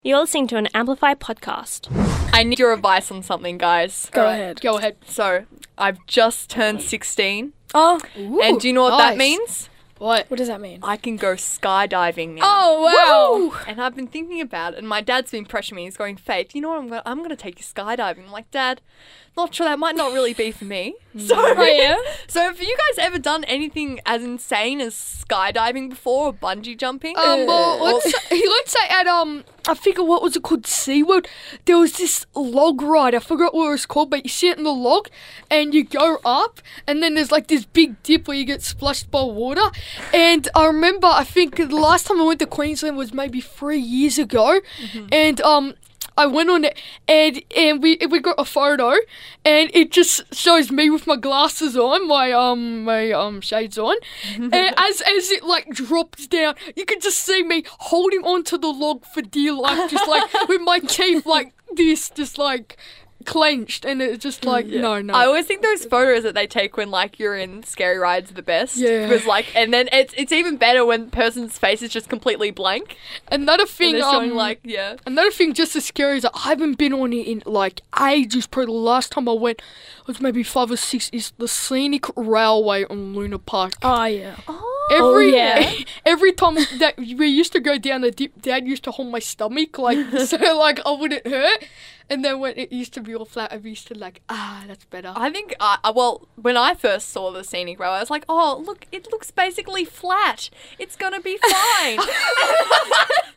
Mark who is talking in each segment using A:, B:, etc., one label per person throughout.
A: You're listening to an Amplify podcast.
B: I need your advice on something, guys.
A: Go
C: Alright,
A: ahead.
C: Go ahead.
B: So, I've just turned 16,
A: Oh,
B: and do you know what that
C: nice.
B: means?
C: What?
A: what does that mean?
B: I can go skydiving now.
C: Oh wow!
B: And I've been thinking about it, and my dad's been pressuring me. He's going, Faith, you know what? I'm going to I'm gonna take you skydiving. I'm like, Dad, not sure. That might not really be for me. So,
C: Oh yeah.
B: so have you guys ever done anything as insane as skydiving before or bungee jumping?
C: Um,
B: Uh,
C: well, let's say, let's say at um, I figure what was it called? SeaWorld. There was this log ride. I forgot what it was called, but you sit in the log, and you go up, and then there's like this big dip where you get splashed by water. And I remember, I think the last time I went to Queensland was maybe three years ago,
A: Mm-hmm.
C: and um. I went on it and and we we got a photo and it just shows me with my glasses on, my um my um shades on, and as as it like drops down, you can just see me holding onto the log for dear life, just like with my teeth like this, just like clenched, and it's just like no no.
B: I always think those photos that they take when like you're in scary rides are the best.
C: Yeah.
B: Because like, and then it's it's even better when the person's face is just completely blank.
C: another
B: And
C: thing,
B: they're showing
C: um,
B: like, yeah.
C: Another thing just as scary is that I haven't been on it in like ages. Probably the last time I went was maybe five or six. Is the scenic railway on Luna Park?
A: Oh, yeah. Oh,
C: Every
A: yeah.
C: every time that we used to go down the deep, Dad used to hold my stomach like so, like I wouldn't hurt. And then when it used to be all flat, I used to like ah, that's better.
B: I think, uh, uh, well, when I first saw the scenic railway, I was like, oh, look, it looks basically flat. It's gonna be fine.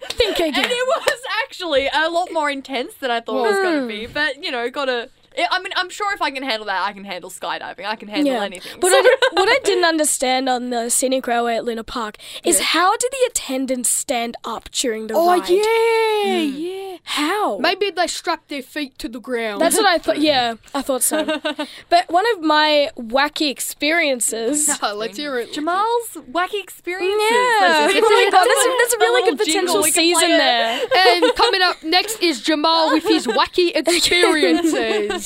A: Think
B: and
A: again.
B: it was actually a lot more intense than I thought it was gonna be. But you know, gotta. I- I mean, I'm sure if I can handle that, I can handle skydiving. I can handle anything.
A: But
B: So-
A: I, what I didn't understand on the scenic railway at Luna Park is how did the attendants stand up during the
C: oh
A: ride? "Mm." Hmm.
C: yeah, yeah.
A: How?
C: Maybe they strapped their feet to the ground.
A: That's what I thought. Yeah, I thought so. but one of my wacky experiences.
C: Ah, let's hear it.
B: Jamal's wacky experiences.
A: Yeah, Oh
B: Let's
A: that's
B: just-
A: a,
B: it's like-
A: that's a really
B: little
A: good
B: jingle,
A: potential
B: we can play
A: season
B: it.
A: there.
C: and coming up next is Jamal with his wacky experiences.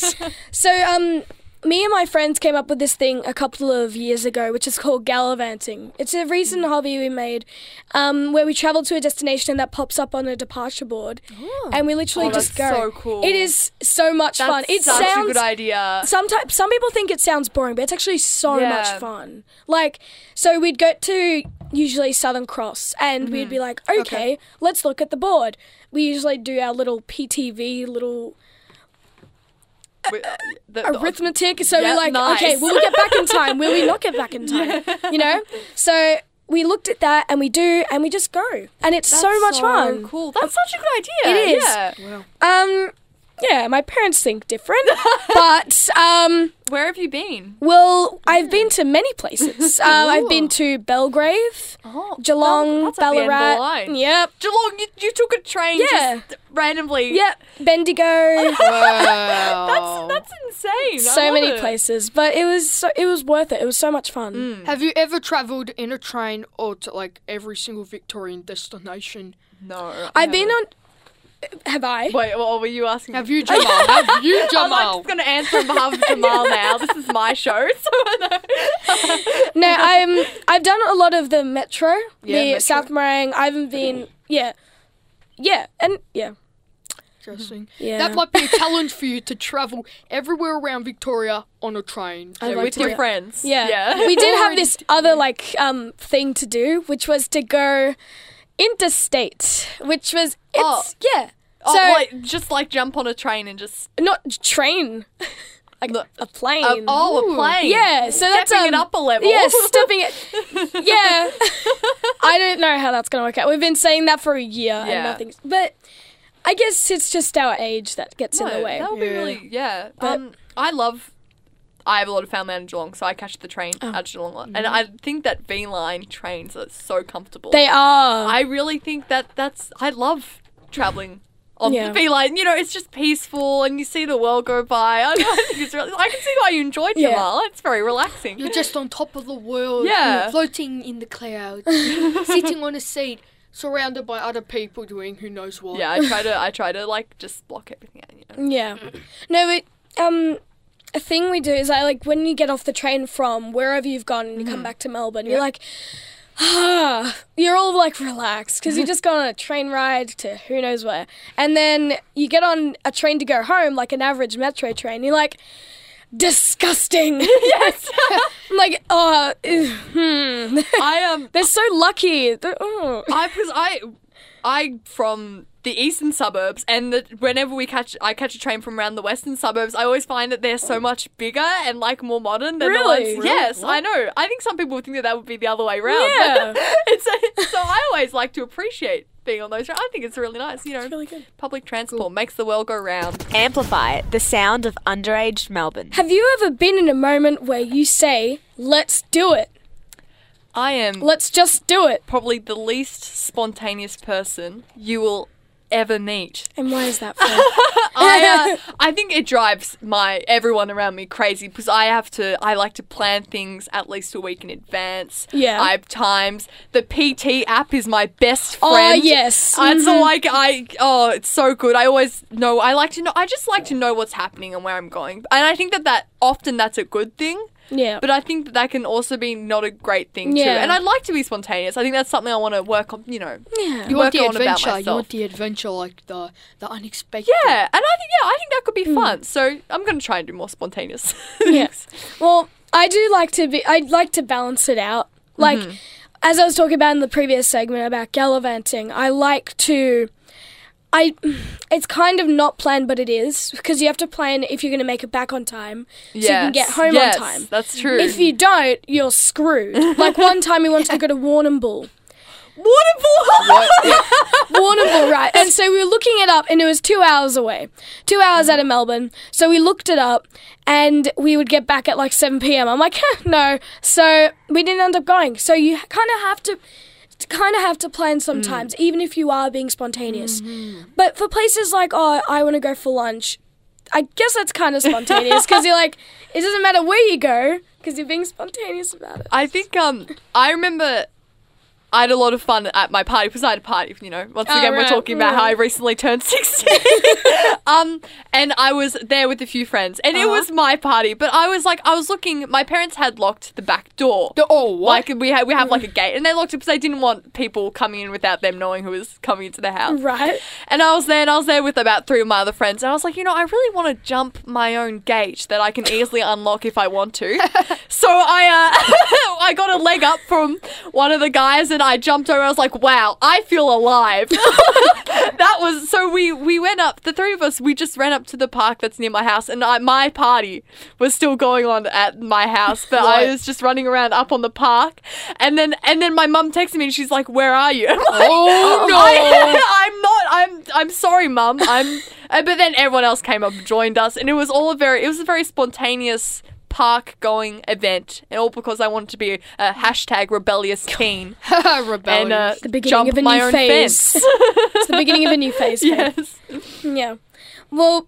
A: So, um, me and my friends came up with this thing a couple of years ago, which is called gallivanting. It's a recent
B: Mm.
A: hobby we made, um, where we travel to a destination that pops up on a departure board, and we literally
B: Oh,
A: just
B: that's so
A: go.
B: cool.
A: It is so much
B: That's
A: fun. It
B: such
A: sounds
B: a good idea.
A: Sometimes some people think it sounds boring, but it's actually so
B: Yeah.
A: much fun. Like, so we'd go to usually Southern Cross, and
B: Mm-hmm.
A: we'd be like, okay, let's look at the board. We usually do our little PTV, little
B: We- uh, the- the-
A: arithmetic. So
B: Yeah,
A: we're like,
B: nice.
A: okay, will we get back in time? Will we not get back in time? You know. So we looked at that, and we do, and we just go, and it's so
B: That's
A: much fun.
B: Cool. That's such a good idea.
A: It is.
B: Yeah.
A: Um, yeah, my parents think different, but um.
B: Where have you been?
A: Well, I've been to many places. Um, I've been to Belgrave,
B: Oh,
A: Geelong,
B: that's at the end of the
A: Ballarat.
B: line.
A: Yep.
B: Geelong. You, you took a train
A: Yeah.
B: just randomly. Oh.
A: Yep. Bendigo.
C: wow.
B: That's insane. I
A: so
B: love
A: many
B: it.
A: places, but it was so, it was worth it. It was so much fun.
B: Mm, Hmm.
C: Have you ever travelled in a train or to like every single Victorian destination?
B: No. I
A: I've been
B: haven't.
A: on. Have I?
B: Wait, what were you asking?
C: Have you, Jamal? Have you,
B: I'm like,
C: Jamal?
B: just going to answer on behalf of Jamal now. This is my show. So
A: No, I'm. I've done a lot of the metro,
C: Yeah,
A: the
C: metro.
A: South Morang. I haven't been. Yeah, yeah, and yeah,
C: Interesting.
A: yeah.
C: That might be a challenge for you to travel everywhere around Victoria on a train.
A: I like
B: with
A: to
B: your
A: do-
B: friends.
A: Yeah.
B: Yeah.
A: We did have this other like um thing to do, which was to go interstate, which was it's
B: Oh.
A: yeah.
B: Oh,
A: so
B: wait, just like jump on a train and just.
A: not train, like
B: Look,
A: a plane.
B: Uh, oh, a
C: Ooh.
B: plane.
A: yeah. So that's
B: Stepping it
A: um,
B: up a level.
A: Yeah, stepping it. Yeah. I don't know how that's gonna work out. We've been saying that for a year
B: Yeah.
A: and nothing's But I guess it's just our age that gets in the way.
B: That would be
C: Yeah.
B: really yeah.
A: But-
B: um, I love. I have a lot of family out in Geelong, so I catch the train
A: Oh.
B: out of Geelong a lot, and I think that V line trains are so comfortable.
A: Mm-hmm. They are.
B: I really think that that's I love traveling on
A: Yeah.
B: the V line. You know, it's just peaceful, and you see the world go by. I, know, I think it's really. I can see why you enjoy
A: Yeah.
B: Jamal. It's very relaxing.
C: You're just on top of the world,
B: Yeah.
C: floating in the clouds, sitting on a seat, surrounded by other people doing who knows what.
B: yeah, I try to. I try to like just block everything out. You know.
A: Yeah. No, but um, a Mm. thing we do is I like when you get off the train from wherever you've gone and you come back to Melbourne, you're like, you're all like relaxed because you just got on a train ride to who knows where. And then you get on a train to go home, like an average metro train. You're like, disgusting. yes. I'm like, oh, ew, hmm.
B: I um,
A: They're so lucky. They're- oh.
B: I because I, I from the eastern suburbs, and the, whenever we catch, I catch a train from around the western suburbs. I always find that they're so much bigger and like more modern than
A: Really?
B: the ones.
A: Really?
B: Yes, I know. I think some people would think that that would be the other way around.
A: Yeah.
B: it's a, so I always like to appreciate being on those. tra- I think it's really nice. You know,
A: really good.
B: public transport makes the world go round.
D: Amplify the sound of underage Melbourne.
A: Have you ever been in a moment where you say, let's do it?
B: I am
A: Let's just do it.
B: probably the least spontaneous person you will ever meet.
A: And why is that for?
B: I, uh, I think it drives my everyone around me crazy because I have to. I like to plan things at least a week in advance.
A: Yeah.
B: I have times. The PT app is my best
A: Oh,
B: friend.
A: yes. Mm-hmm.
B: And so like I oh it's so good. I always know. I like to know. I just like to know what's happening and where I'm going. And I think that that often that's a good thing.
A: yeah.
B: But I think that that can also be not a great thing too.
A: Yeah.
B: And I'd like to be spontaneous. I think that's something I want to work on. You know.
A: yeah.
C: You want
B: Work
C: the
B: on about
C: adventure. You
B: myself.
C: want the adventure, like the the unexpected.
B: Yeah, and I think yeah, I think that could be fun. So I'm gonna try and do more spontaneous.
A: Hmm. Yeah.
B: things.
A: Well, I do like to be. I like to balance it out. Like as I was talking about in the previous segment about gallivanting, I like to. I, it's kind of not planned, but it is because you have to plan if you're going to make it back on time, so you can get
B: Yes,
A: home
B: yes,
A: on time.
B: That's true.
A: If you don't, you're screwed. like one time we wanted to go to Warrnambool.
B: Waterfall.
A: Warrnambool, right? And so we were looking it up, and it was two hours away, two hours out of Melbourne. So we looked it up, and we would get back at like seven p.m. I'm like, "Huh, no. So we didn't end up going. So you kind of have to. Kind of have to plan sometimes, even if you are being spontaneous. But for places like, oh, I want to go for lunch, I guess that's kind of spontaneous because you're like, it doesn't matter where you go because you're being spontaneous about it.
B: I think um I remember I had a lot of fun at my party because I had a party. You know, once
A: Oh,
B: again we're
A: right,
B: talking about how I
A: right.
B: recently turned sixteen. um, and I was there with a few friends, and
A: Uh-huh.
B: it was my party. But I was like, I was looking. My parents had locked the back door.
C: The, oh, what?
B: Like we have we have
A: Mm.
B: like a gate, and they locked it because they didn't want people coming in without them knowing who was coming into the house.
A: Right?
B: And I was there, and I was there with about three of my other friends, and I was like, you know, I really want to jump my own gate that I can easily unlock if I want to. So I, uh, I got a leg up from one of the guys, and I jumped over. I was like, wow, I feel alive. that was so. We we went up. The three of us, we just ran up to the park that's near my house, and I, my party was still going on at my house, but I
C: Right.
B: was just running around up on the park, and then and then my mum texted me, and she's like, where are you? I'm like,
C: oh no!
B: I, am not. I'm. I'm sorry, Mum. I'm. uh, but then everyone else came up and joined us, and it was all a very. It was a very spontaneous park going event, and all because I wanted to be a hashtag rebellious teen and
C: Rebellion.
B: uh,
A: The beginning
B: jump
A: of a
B: my
A: new
B: own
A: phase.
B: fence.
A: It's the beginning of a new phase. for me.
B: yes.
A: Yeah. Well,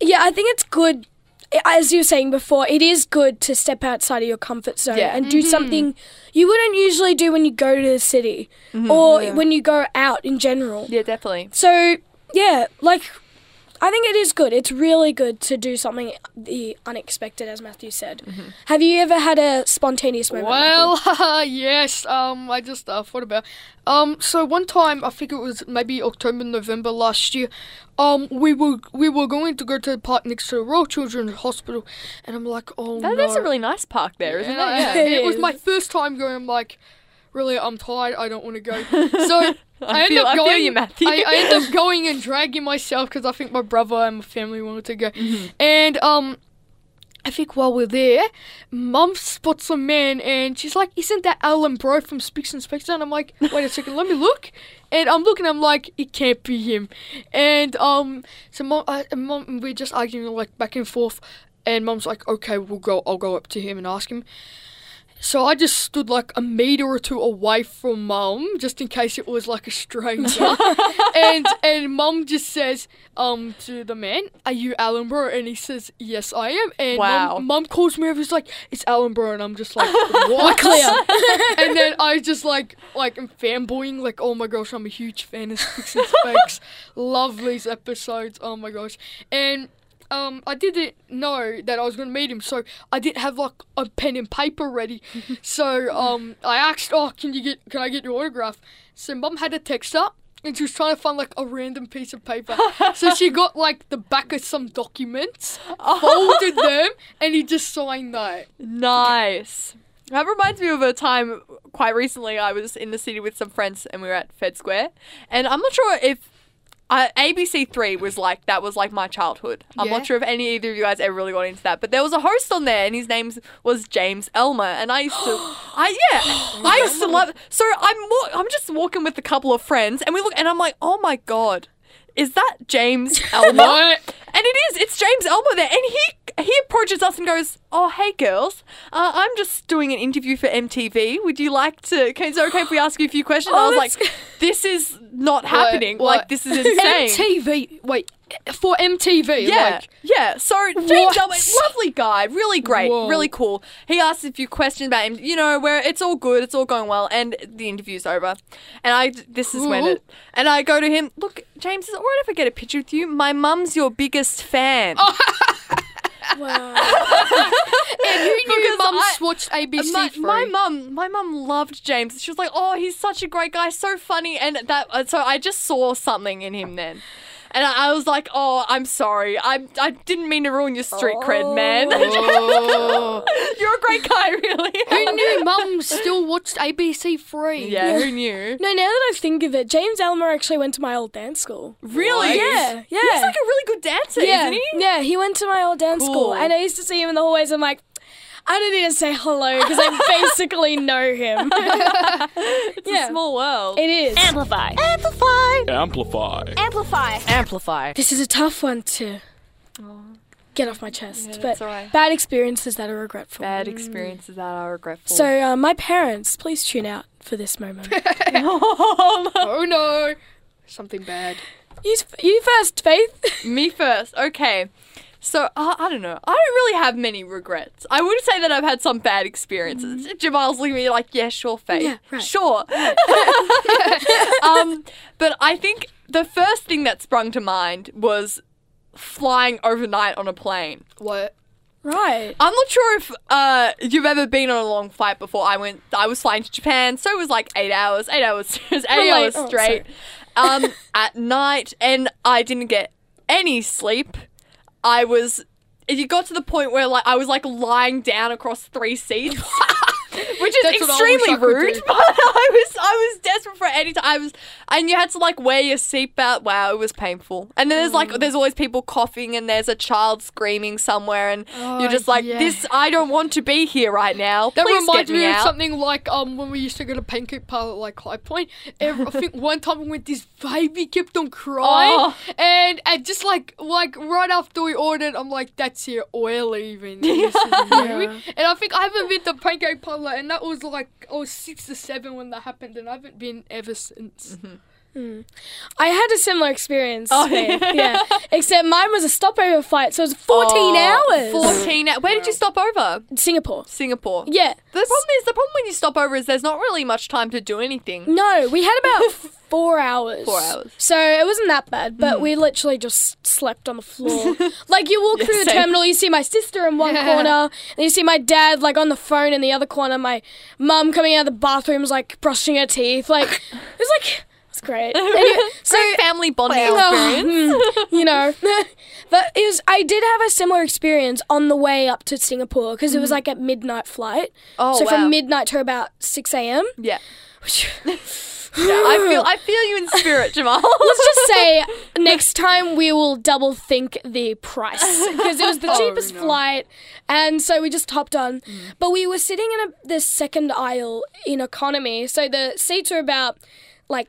A: yeah, I think it's good. As you were saying before, it is good to step outside of your comfort zone
B: Yeah.
A: and do something you wouldn't usually do when you go to the city or when you go out in general.
B: Mm-hmm. Yeah, definitely.
A: So, yeah, like, I think it is good. It's really good to do something the unexpected, as Matthew said.
B: Mm-hmm.
A: Have you ever had a spontaneous moment? Matthew?
C: Well, haha, yes. Um, I just uh, thought about. Um, so one time, I think it was maybe October, November last year. Um, we were we were going to go to the park next to the Royal Children's Hospital, and I'm like, oh
B: That,
C: no.
B: That's a really nice park there, isn't
C: And I-
B: it?
C: yeah,
A: It
C: it was
A: is.
C: my first time going. I'm like, really, I'm tired. I don't want to go. So. I, end
B: feel- I
C: up
B: feel
C: going.
B: you, Matthew.
C: I, I end up going and dragging myself because I think my brother and my family wanted to go.
B: Mm-hmm.
C: And um, I think while we're there, Mum spots a man and she's like, "Isn't that Alan Bro from Spicks and Spectre?" And I'm like, "Wait a second, let me look." And I'm looking. I'm like, "It can't be him." And um, so Mum, I, and Mum, we're just arguing like back and forth. And Mum's like, "Okay, we'll go. I'll go up to him and ask him." So I just stood like a meter or two away from mum, just in case it was like a stranger. and and mum just says um to the man, "Are you Alan Burr?" And he says, "Yes, I am." And mum-
B: Wow.
C: mum calls me over. He's like, "It's Alan Burr," and I'm just like, "What?" and then I just like like I'm fanboying, like, "Oh my gosh, I'm a huge fan of Six and Spakes. Love these episodes. Oh my gosh!" And um, I didn't know that I was going to meet him, so I didn't have like a pen and paper ready. so um, I asked, "Oh, can you get? Can I get your autograph?" So mum had a text up. And she was trying to find like a random piece of paper. so she got like the back of some documents,
B: Oh.
C: folded them, and he just signed that.
B: Nice. That reminds me of a time quite recently. I was in the city with some friends and we were at Fed Square. And I'm not sure if I, ABC3 was like, that was like my childhood. I'm
C: Yeah.
B: not sure if any either of you guys ever really got into that. But there was a host on there and his name was James Elmer. And I used to, I, yeah, I used to love So I'm, wa- I'm just walking with a couple of friends and we look and I'm like, oh my God, is that James Elmer?
C: What?
B: And it is. It's James Elmer there, and he he approaches us and goes, "Oh, hey girls, uh, I'm just doing an interview for MTV. Would you like to? Can, is it okay if we ask you a few questions?"
C: Oh,
B: and I was
A: that's
B: like, "This is not happening.
C: what?
B: Like this is insane."
C: MTV. Wait, for MTV.
B: Yeah,
C: Like,
B: yeah. So James
C: What?
B: Elmer, lovely guy, really great,
C: Whoa.
B: really cool. He asks a few questions about him. You know, where it's all good, it's all going well, and the interview's over. And I, this is when
C: Cool.
B: it. And I go to him. Look, James, is it alright if I get a picture with you? My mum's your biggest fan.
A: Wow.
C: And who knew
B: Because
C: mum
B: I-
C: watched ABC
B: my,
C: three?
B: my mum my mum loved James. She was like, "Oh, he's such a great guy, so funny." And that uh, so I just saw something in him then. And I, I was like, "Oh, I'm sorry. I I didn't mean to ruin your street cred, man.
C: Oh.
B: You're a great guy, really."
C: Who knew mum still watched ABC Three?
B: Yeah, who knew?
A: No, now that I think of it, James Elmer actually went to my old dance school.
B: Really?
A: Yeah, yeah.
B: He's like a really good dancer,
A: yeah,
B: isn't he?
A: Yeah, he went to my old dance
B: Cool.
A: school, and I used to see him in the hallways. I'm like, I don't need to say hello because I basically know him.
B: It's
A: yeah.
B: a small world.
A: it is.
D: Amplify.
E: Amplify.
D: Amplify.
F: Amplify.
A: this is a tough one to get off my chest,
B: that's
A: but
B: all right.
A: bad experiences that are regretful.
B: Bad experiences that are regretful.
A: So, uh, my parents, please tune out for this moment.
C: Oh no, something bad.
A: you, you first, Faith.
B: Me first. Okay. So uh, I don't know. I don't really have many regrets. I would say that I've had some bad experiences. Jamal's looking at me like, "Yeah, sure, Faith,
A: Mm-hmm. Yeah, right.
B: sure." um, but I think the first thing that sprung to mind was flying overnight on a plane.
C: What?
A: right.
B: I'm not sure if uh, you've ever been on a long flight before. I went. I was flying to Japan, so it was like eight hours, eight hours, it was eight
A: Relate- oh,
B: hours straight um, at night, and I didn't get any sleep. I was. It got to the point where like I was like lying down across three seats, which is
C: That's what I wish I
B: extremely
C: could
B: rude.
C: do.
B: But I was I was desperate for any time. I was, and you had to like wear your seatbelt. Wow, it was painful. And then there's like
C: Mm.
B: there's always people coughing, and there's a child screaming somewhere, and you're just like
C: Oh, yeah.
B: this. I don't want to be here right now.
C: That
B: Please
C: reminds
B: get me,
C: me of
B: out.
C: something like um when we used to go to Pancake Parlor like High Point. Every, I think one time we went, this baby kept on crying,
B: Oh.
C: and and just like like right after we ordered, I'm like, that's it, we're leaving. This is new. And I think I haven't been to Pancake Parlor, and that was like I was six or seven when that happened, and I haven't been ever since.
A: I had a similar experience.
B: Oh,
A: Faith,
B: yeah.
A: yeah. Except mine was a stopover flight, so it was 14 hours.
B: Oh, Fourteen. hours. Where did you stop over?
A: Singapore.
B: Singapore.
A: Yeah.
B: The problem is the problem when you stop over is there's not really much time to do anything.
A: No, we had about four hours.
B: Four hours. Mm.
A: So it wasn't that bad, but we literally just slept on the floor. like you walk through the
B: same.
A: terminal, you see my sister in one corner, and you see my dad like on the phone in the other corner. My mum coming out of the bathroom, is, like brushing her teeth. Like it was like it's great. And you- so
B: Family bonding experience.
A: Oh, mm, you know, but it was. I did have a similar experience on the way up to Singapore because it was like at midnight
B: Mm.
A: flight.
B: Oh,
A: so
B: wow.
A: from midnight to about six a.m.
B: Yeah. I feel I feel you in spirit, Jamal.
A: Let's just say next time we will double think the price because it was the cheapest flight, and so we just hopped on. But we were sitting in a, the second aisle in economy, so the seats were about like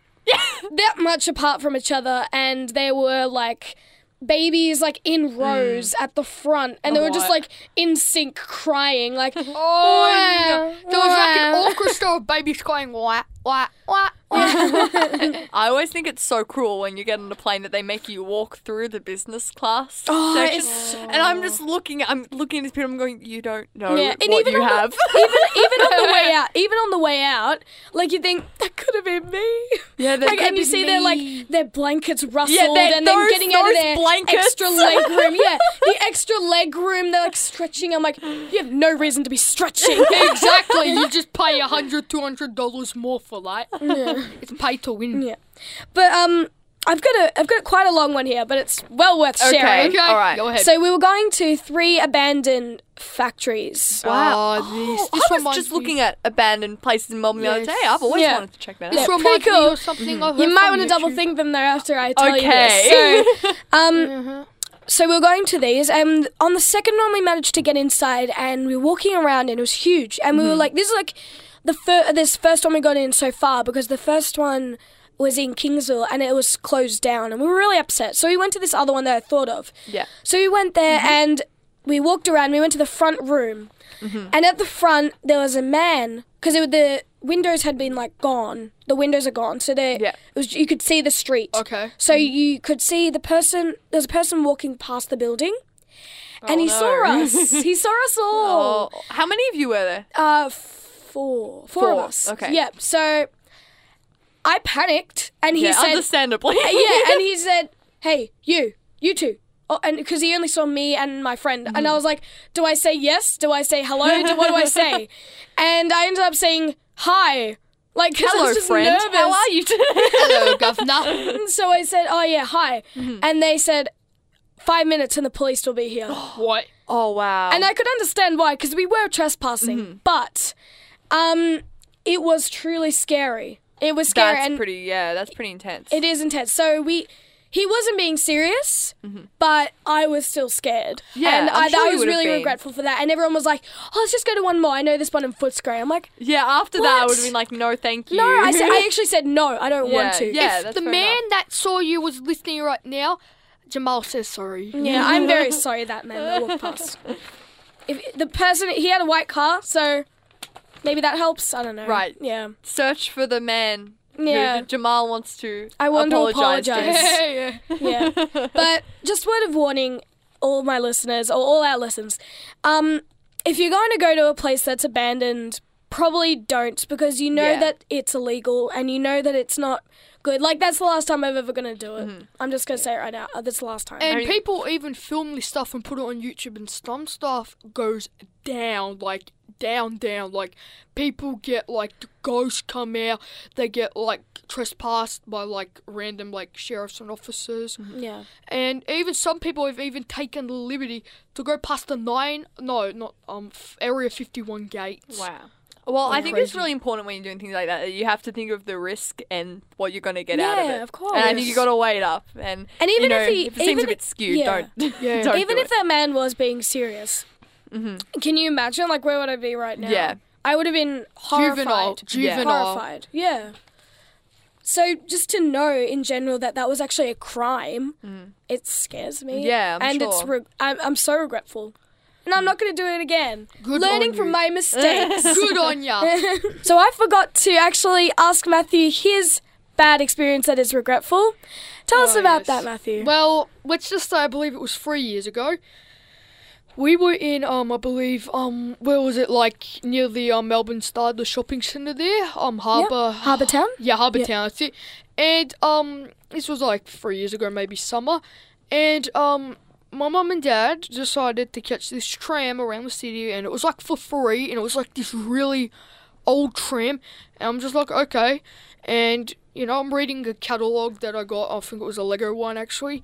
A: that much apart from each other, and there were like babies like in rows at the front, and they were just like in sync crying, like
C: Oh,
A: Wow.
C: yeah. there was like an
A: Wow.
C: orchestra of babies crying, what? wah, wah, wah.
B: I always think it's so cruel when you get on a plane that they make you walk through the business class
A: Oh,
B: section.
A: it's-
B: and I'm just looking. I'm looking at this people. I'm going, you don't know
A: Yeah, and
B: what
A: even
B: you
A: on the-
B: have.
A: even even on the way out, even on the way out, like you think that could have been me.
B: Yeah, that
A: like,
B: could
A: and you
B: be
A: see their
B: me.
A: like their blankets rustled,
B: they're-
A: and then
B: those-
A: getting out
B: those
A: of their
B: blankets.
A: extra leg room. Yeah, the extra leg room. They're like stretching. I'm like, you have no reason to be stretching.
C: exactly. You just pay a hundred, two hundred dollars more for like. It's pay to win.
A: yeah, but um, I've got a I've got quite a long one here, but it's well worth sharing.
B: Okay, all right.
C: Go ahead.
A: So we were going to three abandoned factories.
B: Wow.
C: Oh, this,
B: I
C: this
B: was
C: reminds
B: just
C: me-
B: looking at abandoned places in Melbourne
C: Yes.
B: the other day. I've always
A: Yeah.
B: wanted to check that
C: This
B: out.
A: pretty
C: reminds me
A: cool.
C: of something I heard
A: Mm-hmm. You might
C: from
A: want to double
C: YouTube.
A: think them though after I tell
B: Okay.
A: you this. So, um, so we were going to these, and on the second one, we managed to get inside, and we were walking around, and it was huge, and we were like, "This is like the fir- this first one we got in so far because the first one." Was in Kingsville and it was closed down, and we were really upset. So we went to this other one that I thought of.
B: Yeah.
A: So we went there
B: Mm-hmm.
A: and we walked around. We went to the front room, and at the front there was a man because the windows had been like gone. The windows are gone, so they
B: Yeah.
A: it was, you could see the street.
C: Okay.
A: So you could see the person. There's a person walking past the building, and he
B: Oh, no.
A: saw us. he saw us all.
B: Oh, how many of you were there?
A: Uh, four, four of
B: Oh. Four,
A: us.
B: okay.
A: Yep. So I panicked, and he
B: yeah,
A: said, uh,
B: understandably.
A: yeah, and he said, "Hey, you, you two. Oh, and because he only saw me and my friend, and
B: Mm.
A: I was like, "Do I say yes? Do I say hello? Do, what do I say?" And I ended up saying hi, like because I
B: Hello,
A: was just
B: friend.
A: nervous.
B: How are you today?
C: Hello, governor.
A: And so I said, "Oh yeah, hi,"
B: Mm-hmm.
A: and they said, five minutes and the police will be here."
C: what?
B: oh wow.
A: and I could understand why because we were trespassing,
B: Mm-hmm.
A: but um, it was truly scary. It was scary,
B: that's
A: and
B: pretty. Yeah, that's pretty intense.
A: It is intense. So we, he wasn't being serious, but I was still scared.
B: Mm-hmm. Yeah,
A: and
B: I'm
A: I,
B: sure
A: I
B: you
A: was
B: would've
A: really
B: been.
A: regretful for that. And everyone was like, "Oh, let's just go to one more. I know this one in Footscray." I'm like,
B: yeah, after that, I
A: What?
B: would have been like, no, thank you.
A: "No," I said, I actually said, "No, I don't want
B: Yeah,
A: to."
B: yeah.
C: if
B: that's
C: the
B: fair
C: man
B: enough.
C: that saw you was listening right now, Jamal says sorry.
A: Yeah, I'm very sorry that man that walked past. If the person he had a white car, so maybe that helps. I don't know.
B: Right.
A: Yeah.
B: search for the man.
A: Yeah.
B: Who Jamal wants to.
A: I want to
B: apologize.
A: apologize.
C: yeah.
A: yeah. But just word of warning, all my listeners or all our listeners, um, if you're going to go to a place that's abandoned, probably don't because you know
B: Yeah.
A: that it's illegal and you know that it's not good. Like that's the last time I'm ever gonna do it.
B: Mm-hmm.
A: I'm just gonna say it right now. uh, That's the last time.
C: And
B: you-
C: people even film this stuff and put it on YouTube, and some stuff goes down, like down, down. Like people get like the ghosts come out, they get like trespassed by like random like sheriffs and officers,
A: yeah.
C: and even some people have even taken the liberty to go past the nine, no, not um f- area fifty one gates.
B: Wow. Well, I think it's
C: Crazy.
B: really important when you're doing things like that. that You have to think of the risk and what you're going to get out of it.
A: Yeah, of course.
B: And I think you got to weigh it up. And,
A: And
B: you
A: even
B: know,
A: if he-
B: it seems
A: even
B: a bit
A: if-
B: skewed,
A: yeah.
B: don't.
C: Yeah.
B: don't
A: Even
B: do Mm-hmm.
A: if that man was being serious, can you imagine like where would I be right now?
B: Yeah.
A: I would have been horrified.
C: Juvenile, juvenile.
A: horrified. Yeah. So just to know in general that that was actually a crime,
C: Mm.
A: it scares me.
B: Yeah, I'm
A: and it's
B: sure.
A: re- I'm, I'm so regretful, and I'm not going to do it again.
C: Mm. Good
A: Learning
C: on
A: from
C: you.
A: my mistakes.
C: Good on ya.
A: so I forgot to actually ask Matthew his bad experience that is regretful. Tell us
C: Oh,
A: about
C: yes.
A: that, Matthew.
C: Well, let's just say I believe it was three years ago. We were in, um, I believe, um, where was it? Like near the um, Melbourne Star, the shopping centre there, um, Harbour.
A: Harbour Town.
C: Yeah, Harbour Town. That's it. And um, this was like three years ago, maybe summer. And um, my mum and dad decided to catch this tram around the city, and it was like for free, and it was like this really old tram. And I'm just like, okay. And you know, I'm reading a catalogue that I got. I think it was a Lego one actually.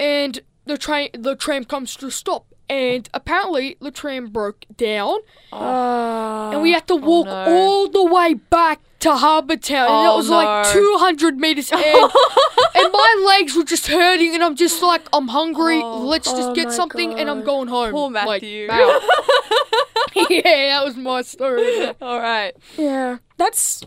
C: And the train, the tram comes to a stop. And apparently the tram broke down,
A: Uh,
C: and we had to walk
B: Oh, no.
C: all the way back to Harbour Town, and
B: Oh,
C: it was like
B: no.
C: 200 meters, and, and my legs were just hurting, and I'm just like, I'm hungry. Let's just
A: oh
C: get
A: my
C: something, and I'm
A: God.
C: going home.
B: Poor
C: Like,
B: Matthew.
C: wow. yeah, that was my story.
B: All right.
A: Yeah. That's.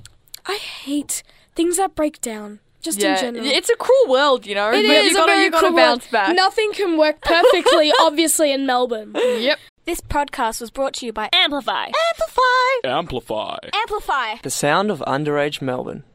A: I hate things that break down. Just in
B: Yeah.
A: general.
B: It's a cruel world, you know.
A: It
B: but you
A: is a
B: gotta,
A: very
B: you gotta
A: cruel
B: bounce
A: world.
B: back.
A: Nothing can work perfectly, obviously, in Melbourne.
C: Yep.
D: This podcast was brought to you by Amplify.
G: Amplify.
D: Amplify.
H: The sound of underage Melbourne.